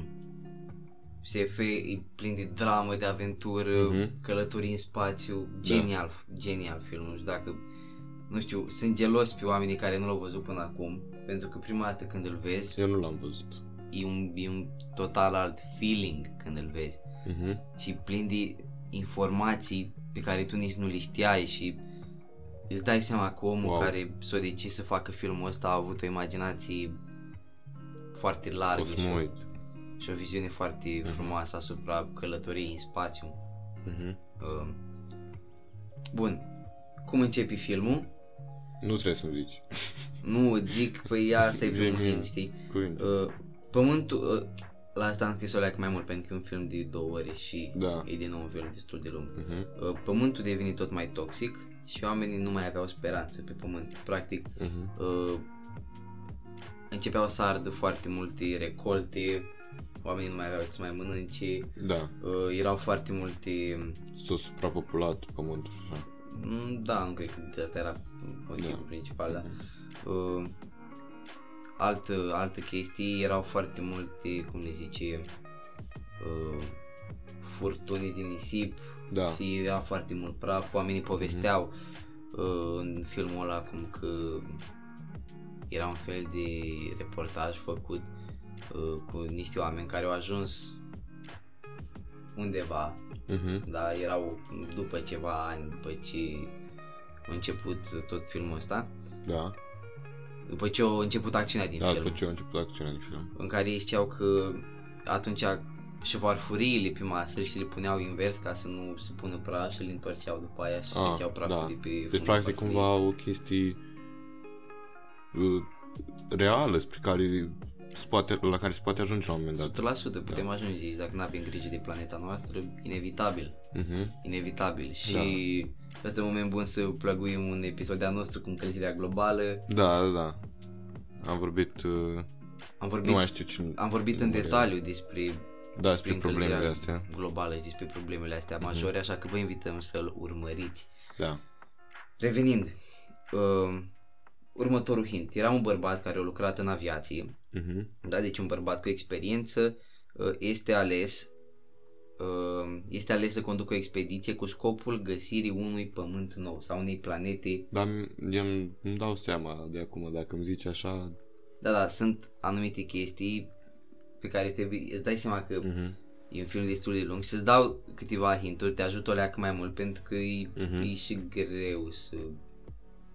S2: SF e plin de dramă, de aventură,
S1: Mhm.
S2: călătorii în spațiu, genial, genial filmul. Nu știu dacă nu știu, sunt gelos pe oamenii care nu l-au văzut până acum, pentru că prima dată când îl vezi,
S1: Eu nu l-am văzut.
S2: e un, e un total alt feeling când îl vezi
S1: Mhm.
S2: și plin de informații pe care tu nici nu le știai și îți dai seama că omul
S1: Wow.
S2: wow. care s-a decis să facă filmul ăsta a avut o imaginație foarte largă
S1: O să
S2: și,
S1: mă
S2: o,
S1: uit.
S2: și o viziune foarte
S1: Mhm.
S2: frumoasă asupra călătoriei în spațiu.
S1: Mhm.
S2: Uh, Bun, cum începe filmul?
S1: Nu trebuie să-mi zici.
S2: Nu, zic, păi asta e
S1: Zi
S2: primul
S1: mie.
S2: hint, știi?
S1: Cuvinte.
S2: Uh, Pământul, uh, la asta am scris o leacă mai mult pentru că e un film de două ore și
S1: Da.
S2: e din nou un film destul de lung.
S1: Mhm.
S2: Uh, Pământul devine tot mai toxic și oamenii nu mai aveau speranță pe pământ. Practic,
S1: Mhm.
S2: uh, începeau să ardă foarte multe recolte, oamenii nu mai aveau ce să mai mănânce,
S1: Da.
S2: uh, erau foarte multe...
S1: S-a suprapopulat pământul și așa.
S2: Mm, Da, nu cred că de asta era motivul
S1: Da.
S2: principal, dar...
S1: Mhm.
S2: Uh, altă, altă chestie, erau foarte multe, cum le zice, uh, furtuni din nisip,
S1: Da.
S2: și era foarte mult praf, oamenii povesteau uh, în filmul ăla cum că era un fel de reportaj făcut uh, cu niște oameni care au ajuns undeva,
S1: Uh-huh.
S2: dar erau după ceva ani, după ce a început tot filmul ăsta,
S1: Da,
S2: după ce a început acțiunea din
S1: da
S2: film.
S1: după ce a început acțiunea din film.
S2: în care ei știau că atunci șevar furiile pe masă și le puneau invers ca să nu se pună praf și le întorceau după aia și
S1: Ah,
S2: ștecheau praful
S1: da.
S2: de pe fundul
S1: Deci, practic,
S2: farfurii.
S1: cumva o chestie uh, reală spre care se poate, la care se poate ajunge la un moment dat.
S2: 100% putem
S1: Da.
S2: ajunge aici dacă nu avem grijă de planeta noastră, inevitabil,
S1: Uh-huh.
S2: inevitabil și da. este un moment bun să plăguim un episod de-a nostru cu încălzirea globală.
S1: Da, da, da. Am vorbit, uh,
S2: Am
S1: nu
S2: vorbit,
S1: mai știu cine,
S2: am vorbit în
S1: Mă rog.
S2: detaliu despre
S1: da,
S2: despre
S1: despre problemele
S2: încălzirea
S1: astea. Mhm.
S2: globală și despre problemele astea majore, așa că vă invităm să-l urmăriți.
S1: Da.
S2: Revenind, uh, următorul hint. Era un bărbat care a lucrat în aviație,
S1: Uh-huh.
S2: da, deci un bărbat cu experiență uh, este ales uh, este ales să conducă o expediție cu scopul găsirii unui pământ nou sau unei planete.
S1: Dar mi- eu îmi îmi dau seama de acum, dacă îmi zici așa...
S2: Da, da, sunt anumite chestii pe care trebuie, îți dai seama că
S1: Uh-huh.
S2: e un film destul de lung și îți dau câteva hinturi, te ajut o leacă mai mult pentru că e,
S1: Mhm.
S2: e și greu să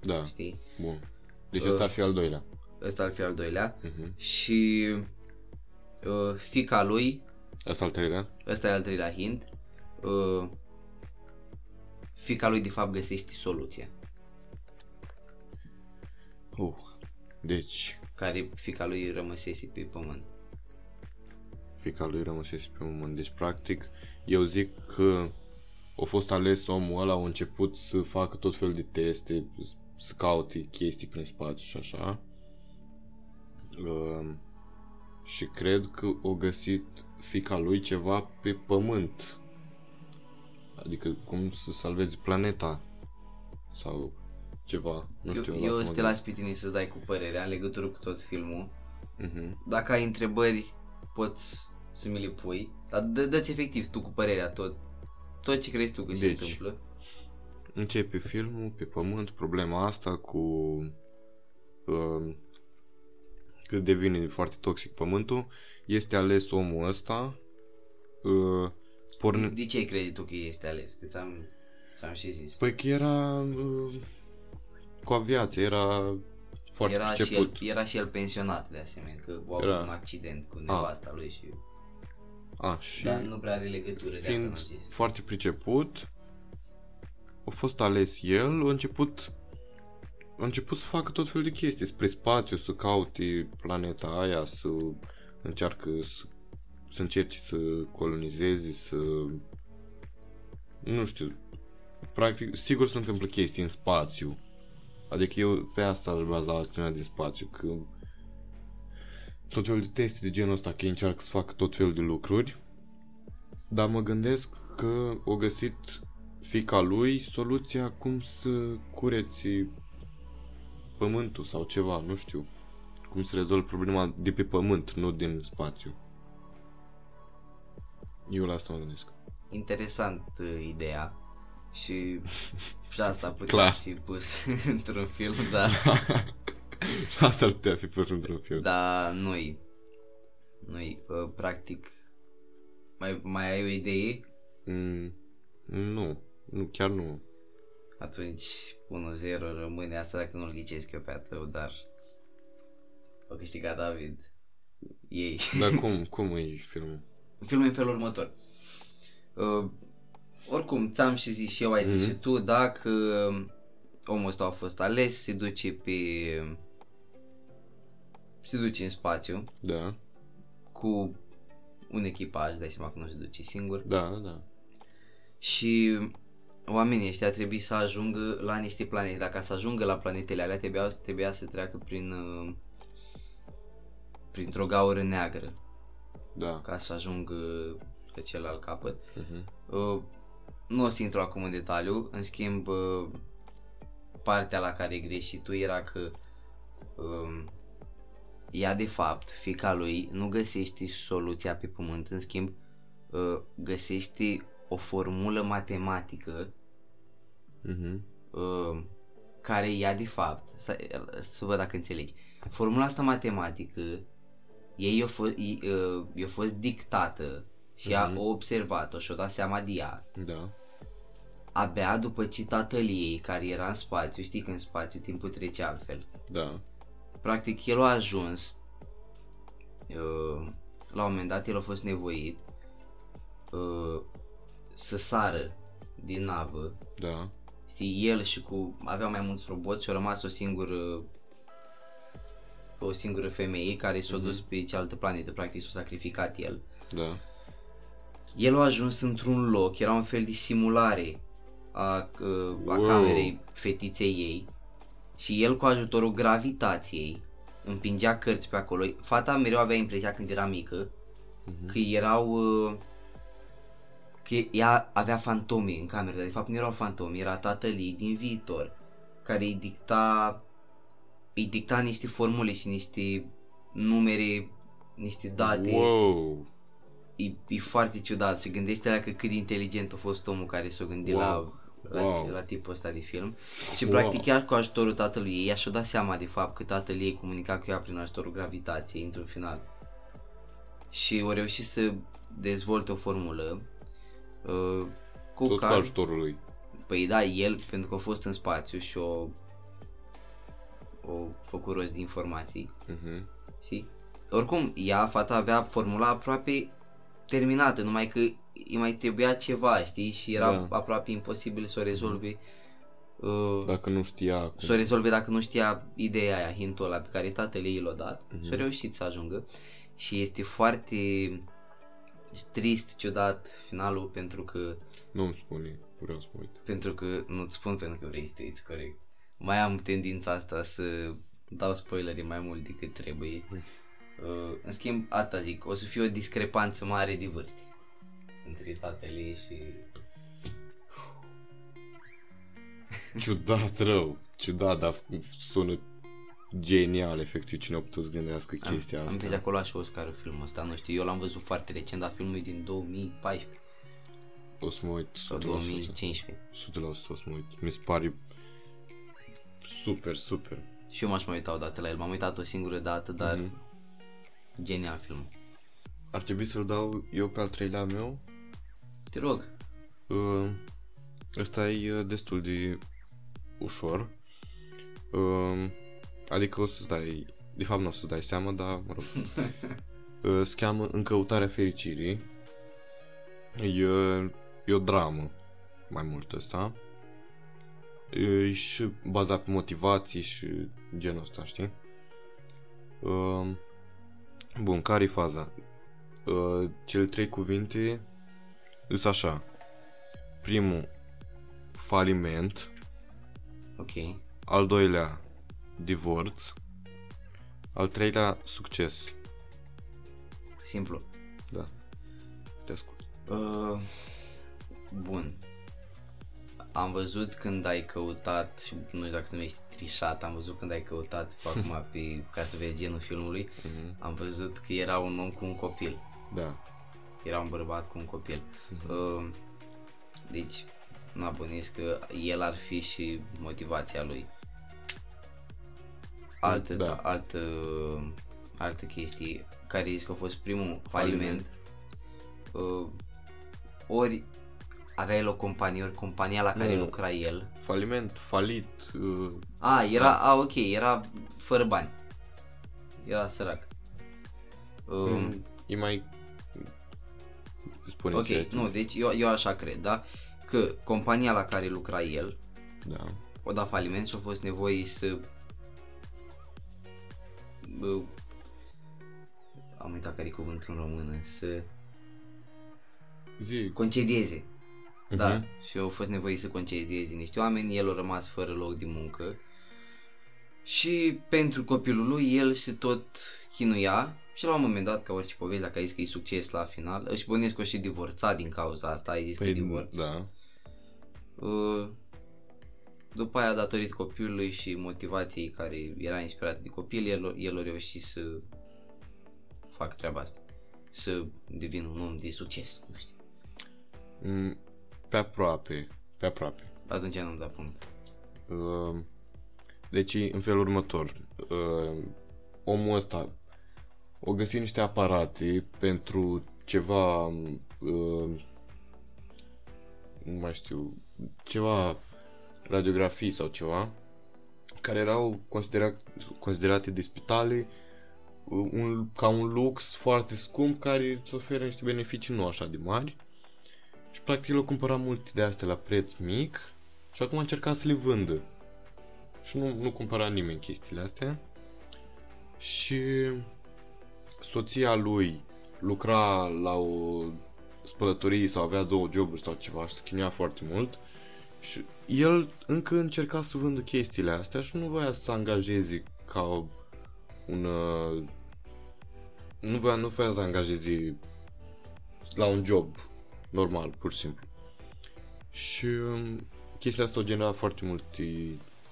S1: Da,
S2: știi.
S1: bun. Deci ăsta ar fi al doilea.
S2: Ăsta ar fi al doilea.
S1: Uh-huh.
S2: și uh, fica lui,
S1: Asta al treilea?
S2: ăsta e al treilea hint, uh, fica lui de fapt găsește soluția,
S1: Uh. Deci,
S2: care fica lui rămăsese pe pământ.
S1: fica lui rămăsese pe moment. Deci, practic, eu zic că a fost ales omul ăla, a început să facă tot felul de teste, s- să caute chestii prin spațiu și așa. Uh, și cred că o găsit fica lui ceva pe pământ. Adică cum să salvezi planeta sau ceva, nu știu.
S2: eu eu o să te las pe tine să-ți dai cu părerea în legătură cu tot filmul.
S1: uh
S2: Dacă ai întrebări, poți să mi le pui, dar dă- dă-ți efectiv tu cu părerea tot, tot ce crezi tu că se
S1: Deci,
S2: întâmplă.
S1: Începe filmul pe pământ, problema asta cu uh, că devine foarte toxic pământul, este ales omul ăsta, uh, porne...
S2: De ce crezi tu că este ales? Că ți-am, ți-am și zis.
S1: Păi că era uh, cu aviație, era foarte
S2: era, și el,
S1: priceput.
S2: era și el pensionat de asemenea, că a avut
S1: Era.
S2: un accident cu nevasta lui și
S1: A, și
S2: Dar Da, nu prea are legătură de asta,
S1: fiind
S2: n-am zis.
S1: foarte priceput, a fost ales el, a început, a început să facă tot felul de chestii spre spațiu, să caute planeta aia, să încearcă să, să încerce să colonizeze, să... Nu știu, practic, sigur se întâmplă chestii în spațiu. Adică eu pe asta aș baza acțiunea din spațiu, că tot felul de teste de genul ăsta, că ei încearcă să facă tot felul de lucruri dar mă gândesc că o găsit fica lui soluția cum să cureți pământul sau ceva, nu știu. Cum să rezolv problema de pe pământ, nu din spațiu. Eu la asta mă gândesc.
S2: Interesant uh, ideea și și asta putea
S1: Clar.
S2: fi pus într-un film, dar,
S1: Și asta ar putea fi pus într-un
S2: Da.
S1: film.
S2: dar noi, noi uh, practic, mai, mai ai o idee?
S1: Mm, nu, nu, chiar nu.
S2: Atunci 1-0 rămâne asta dacă nu-l ghicesc eu pe a tău, dar a câștigat David. Ei.
S1: Dar cum, cum e filmul?
S2: filmul e în felul următor. Uh, oricum, ți-am și zis și eu, ai zis
S1: Mhm.
S2: și tu, dacă uh, omul ăsta a fost ales, se duce pe... se duce în spațiu
S1: Da,
S2: cu un echipaj, dai seama că nu se duce singur
S1: da, da.
S2: și oamenii ăștia trebuie să ajungă la niște planete. Dacă să ajungă la planetele alea, trebuia, trebuia să treacă prin, uh, printr-o gaură neagră
S1: Da.
S2: ca să ajungă pe celălalt capăt.
S1: Uh-huh.
S2: Uh, nu o să intru acum în detaliu, în schimb uh, partea la care greșit tu era că um, ea de fapt, fica lui, nu găsește soluția pe pământ, în schimb uh, găsește o formulă matematică
S1: Uh-huh.
S2: uh, care ia de fapt, să, să văd dacă înțelegi, formula asta matematică, ei i-a fost, i-a uh, fost dictată și a
S1: Mhm.
S2: observat-o și-a dat seama de ea.
S1: Da.
S2: Abia după ce tatăl ei, care era în spațiu, știi că în spațiu timpul trece altfel,
S1: Da.
S2: practic el a ajuns uh, la un moment dat el a fost nevoit uh, să sară din navă
S1: Da.
S2: știi, el și cu avea mai mulți roboți și a rămas o singură o singură femeie care s-a dus pe cealaltă planetă, practic s-a sacrificat el.
S1: Da.
S2: El a ajuns într-un loc, era un fel de simulare a, uh, a
S1: Wow.
S2: camerei fetiței ei și el cu ajutorul gravitației împingea cărți pe acolo. Fata mereu avea impresia când era mică
S1: Mhm.
S2: că
S1: Mm.
S2: erau uh, că ea avea fantome în cameră, dar de fapt nu erau fantome, era tatăl ei din viitor care îi dicta îi dicta niște formule și niște numere, niște date
S1: Wow.
S2: e, e foarte ciudat și gândește la că cât de inteligent a fost omul care s-a gândit
S1: Wow.
S2: la, la,
S1: Wow.
S2: la tipul ăsta de film și
S1: Wow.
S2: practic ea cu ajutorul tatălui ei, ea și-a dat seama de fapt că tatăl ei comunica cu ea prin ajutorul gravitației într-un final și au reușit să dezvolte o formulă uh, cu
S1: Tot cu
S2: care,
S1: ajutorul lui.
S2: păi da, el pentru că a fost în spațiu și o o făcut rost de informații
S1: Mhm.
S2: Știi? Oricum, ea, fata, avea formula aproape terminată, numai că îi mai trebuia ceva, știi? Și era
S1: Da.
S2: aproape imposibil să o rezolve. Uh,
S1: Dacă nu știa cum.
S2: Să o rezolve dacă nu știa ideea aia, hintul ăla pe care tatăl ei l-a dat. Mm-hmm.
S1: Mhm.
S2: S-a reușit să ajungă. Și este foarte trist, ciudat finalul pentru că
S1: Nu-mi spune. Vreau să mă uit.
S2: pentru că nu-ți spun pentru că vrei să te uiți corect. Mai am tendința asta să dau spoilere mai mult decât trebuie.
S1: Ui.
S2: Uh, în schimb, atâta zic, o să fie o discrepanță mare de vârste între tatăl ei și...
S1: Ciudat rău. Ciudat, dar sună genial, efectiv. Cine a putut să gândească chestia
S2: Am
S1: asta?
S2: văzut acolo și Oscarul filmul ăsta, nu știu, eu l-am văzut foarte recent, dar filmul e din 2014
S1: O să mă uit.
S2: sau
S1: 100%.
S2: 2015.
S1: 100% o să mă uit. Mi se pare super, super.
S2: Și eu m-aș mai uita odată la el, m-am uitat o singură dată, dar
S1: Mhm.
S2: genial filmul.
S1: Ar trebui să-l dau eu pe al treilea meu.
S2: Te rog,
S1: Uh, Ăsta e uh, destul de ușor. Uh, Adică o să-ți dai... De fapt nu o să-ți dai seama, dar mă rog. Uh, Se cheamă În căutarea fericirii. E, uh, e o dramă mai mult ăsta. E și bazat pe motivații și genul ăsta, știi? Uh, Bun, care e faza? Uh, Cele trei cuvinte sunt așa primul faliment,
S2: ok,
S1: al doilea divorț, al treilea succes.
S2: simplu.
S1: Da. Te ascult.
S2: Uh, bun. Am văzut când ai căutat, și nu știu dacă se numește trișat, am văzut când ai căutat pe acum pe, ca să vezi genul filmului,
S1: Mhm.
S2: am văzut că era un om cu un copil.
S1: Da.
S2: Era un bărbat cu un copil. Uh, deci, nu abonesc că el ar fi și motivația lui. Altă,
S1: Da.
S2: da. altă, ehm, altă chestie care zici că a fost primul faliment. Uh, ori avea el o companie, ori compania la care
S1: Nu.
S2: lucra el.
S1: Faliment, falit, uh,
S2: A, era, a, ok, era fără bani. Era sărac. Uh,
S1: Mhm. um, e mai... Spune
S2: ok,
S1: ceea ce-
S2: nu, deci eu, eu așa cred, da? Că compania la care lucra el,
S1: Da.
S2: o dat faliment și au fost nevoie să... Bă, am uitat care e cuvântul în română, să
S1: Zi.
S2: concedieze. Da,
S1: Mhm.
S2: și au fost nevoie să concedieze niște oameni, el a rămas fără loc de muncă. Și pentru copilul lui, el se tot chinuia și la un moment dat, ca orice poveste, dacă ai zis că e succes la final, își bănesc că o și divorțat din cauza asta, ai zis
S1: Păi,
S2: că divorț.
S1: da.
S2: Uh, după aia, datorită copilului și motivației care era inspirată de copil, el, el a reușit să fac treaba asta. Să devin un om de succes, nu știu.
S1: Mm, Pe aproape. Pe aproape.
S2: Atunci nu-mi da punct.
S1: Uh, Deci e în felul următor. Uh, omul ăsta o găsit niște aparate pentru ceva uh, nu mai știu, ceva radiografii sau ceva care erau considera- considerate de spitale uh, un, ca un lux foarte scump care îți oferă niște beneficii nu așa de mari și practic el a cumpărat multe de astea la preț mic și acum încerca să le vândă și nu, nu cumpăra nimeni chestiile astea și soția lui lucra la o spălătorie sau avea două joburi sau ceva și se chinuia foarte mult și el încă încerca să vândă chestiile astea și nu voia să se angajeze ca un... uh, Nu voia, nu voia să se angajeze la un job normal, pur și simplu. Și um, chestiile astea au generat foarte multe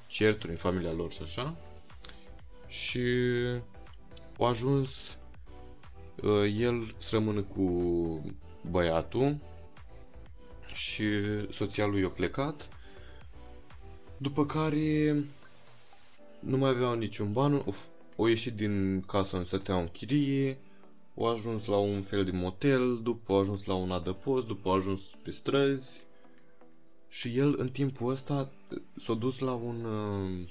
S1: certuri în familia lor și așa. Și au ajuns uh, el să rămână cu băiatul și soția lui a plecat. După care nu mai aveau niciun ban, o, o ieșit din casă în stătea în chirie, o ajuns la un fel de motel, după a ajuns la un adăpost, după a ajuns pe străzi și el în timpul ăsta s-a dus la un uh,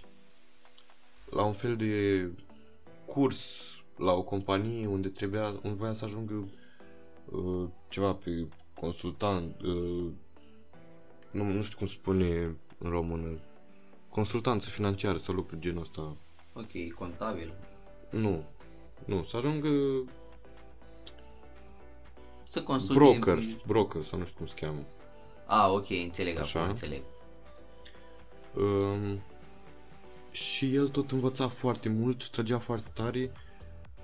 S1: la un fel de curs la o companie unde trebuia, unde voia să ajungă uh, ceva pe consultant, uh, nu, nu știu cum se spune în română, consultanță financiară sau lucruri genul ăsta.
S2: Ok, contabil.
S1: Nu, nu, să ajungă
S2: Să consulti...
S1: broker, broker sau nu știu cum se cheamă.
S2: Ah, ok, înțeleg
S1: Așa.
S2: acum, înțeleg.
S1: Um, și el tot învăța foarte mult și trăgea foarte tare,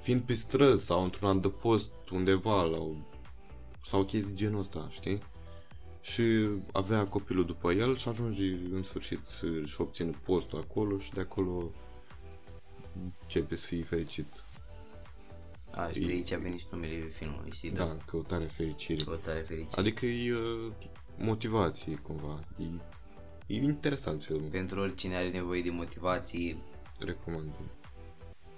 S1: fiind pe străzi sau într-un adăpost undeva la o, sau chestii genul ăsta, știi? Și avea copilul după el și ajunge în sfârșit să-și obțină postul acolo și de acolo începe să fii fericit.
S2: A, și de aici a venit și numele filmului, știi?
S1: Da, da căutarea fericirii.
S2: Căutare fericită.
S1: Adică e uh, motivație cumva. E, e interesant filmul,
S2: Pentru oricine are nevoie de motivații,
S1: recomand.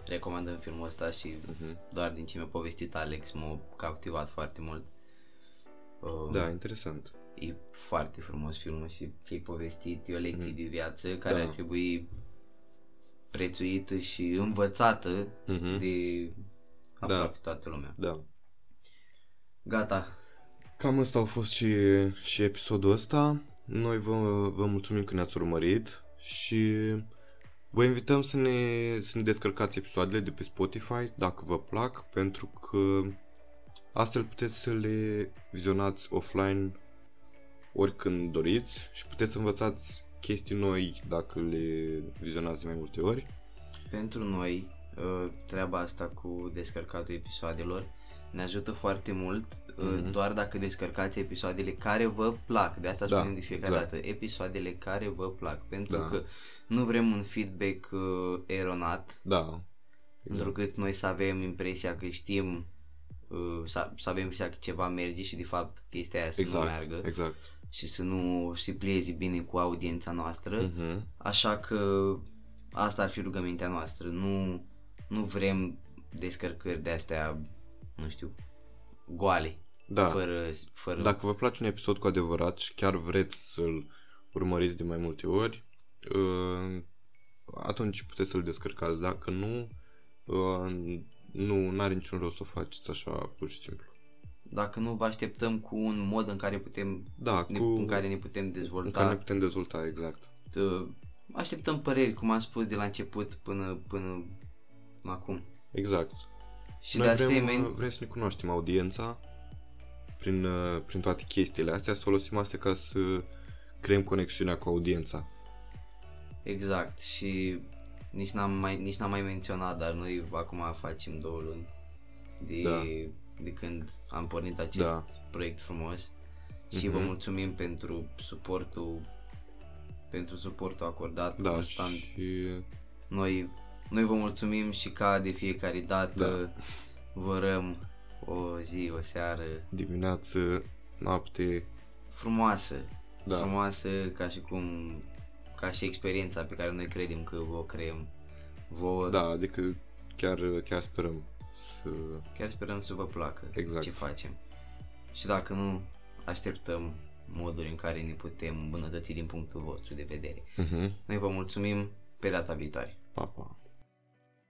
S2: recomandăm filmul ăsta și
S1: Mhm.
S2: doar din ce mi-a povestit Alex m-a captivat foarte mult. Uh,
S1: Da, interesant.
S2: E foarte frumos filmul și ce-ai povestit e o lecție de viață care
S1: Da.
S2: ar trebui prețuită și învățată
S1: Mhm.
S2: de aproape toată lumea.
S1: Da.
S2: Gata,
S1: Cam ăsta a fost și, și episodul ăsta. Noi vă, vă mulțumim că ne-ați urmărit și vă invităm să ne, să ne descărcați episoadele de pe Spotify dacă vă plac, pentru că astfel puteți să le vizionați offline oricând doriți și puteți să învățați chestii noi dacă le vizionați de mai multe ori.
S2: pentru noi uh, treaba asta cu descărcatul episoadelor ne ajută foarte mult uh,
S1: Mhm.
S2: doar dacă descărcați episoadele care vă plac. De asta
S1: Da,
S2: spunem de fiecare
S1: exact.
S2: dată, episoadele care vă plac, pentru
S1: Da.
S2: că nu vrem un feedback uh, eronat,
S1: Da.
S2: întrucât noi să avem impresia că știm uh, să, să avem impresia că ceva merge și de fapt chestia aia să nu
S1: Exact.
S2: meargă
S1: Exact.
S2: și să nu se plieze bine cu audiența noastră.
S1: Mhm.
S2: Așa că asta ar fi rugămintea noastră. Nu, nu vrem descărcări de astea, nu știu, goale.
S1: Da.
S2: Fără, fără
S1: Dacă vă place un episod cu adevărat și chiar vreți să-l urmăriți de mai multe ori, uh, atunci puteți să-l descărcați. Dacă nu, uh, nu are niciun rost să o faceți așa pur și simplu.
S2: dacă nu vă așteptăm cu un mod în care putem
S1: Da,
S2: ne,
S1: cu...
S2: în care ne putem
S1: în care ne
S2: dezvolta.
S1: putem dezvolta, exact.
S2: Tă- Așteptăm păreri, cum am spus de la început până până acum.
S1: Exact.
S2: Și de asemenea,
S1: vrem, uh, vrem să ne cunoaștem audiența prin, uh, prin toate chestiile astea, să folosim astea ca să creăm conexiunea cu audiența.
S2: exact, și nici n-am mai, nici n-am mai menționat, dar noi acum facem două luni de,
S1: Da.
S2: de când am pornit acest
S1: Da.
S2: proiect frumos și
S1: Mhm.
S2: vă mulțumim pentru suportul pentru suportul acordat
S1: Da,
S2: constant.
S1: și
S2: Noi, noi vă mulțumim și ca de fiecare dată
S1: Da.
S2: vă urăm o zi, o seară
S1: dimineață, noapte,
S2: frumoasă,
S1: da.
S2: frumoasă ca și cum ca și experiența pe care noi credem că o creăm. Vouă,
S1: Da, adică chiar, chiar sperăm să...
S2: chiar sperăm să vă placă
S1: Exact.
S2: ce facem. Și dacă nu, așteptăm modul în care ne putem îmbunătăți din punctul vostru de vedere.
S1: Uh-huh.
S2: Noi vă mulțumim pe data viitoare.
S1: Pa, pa.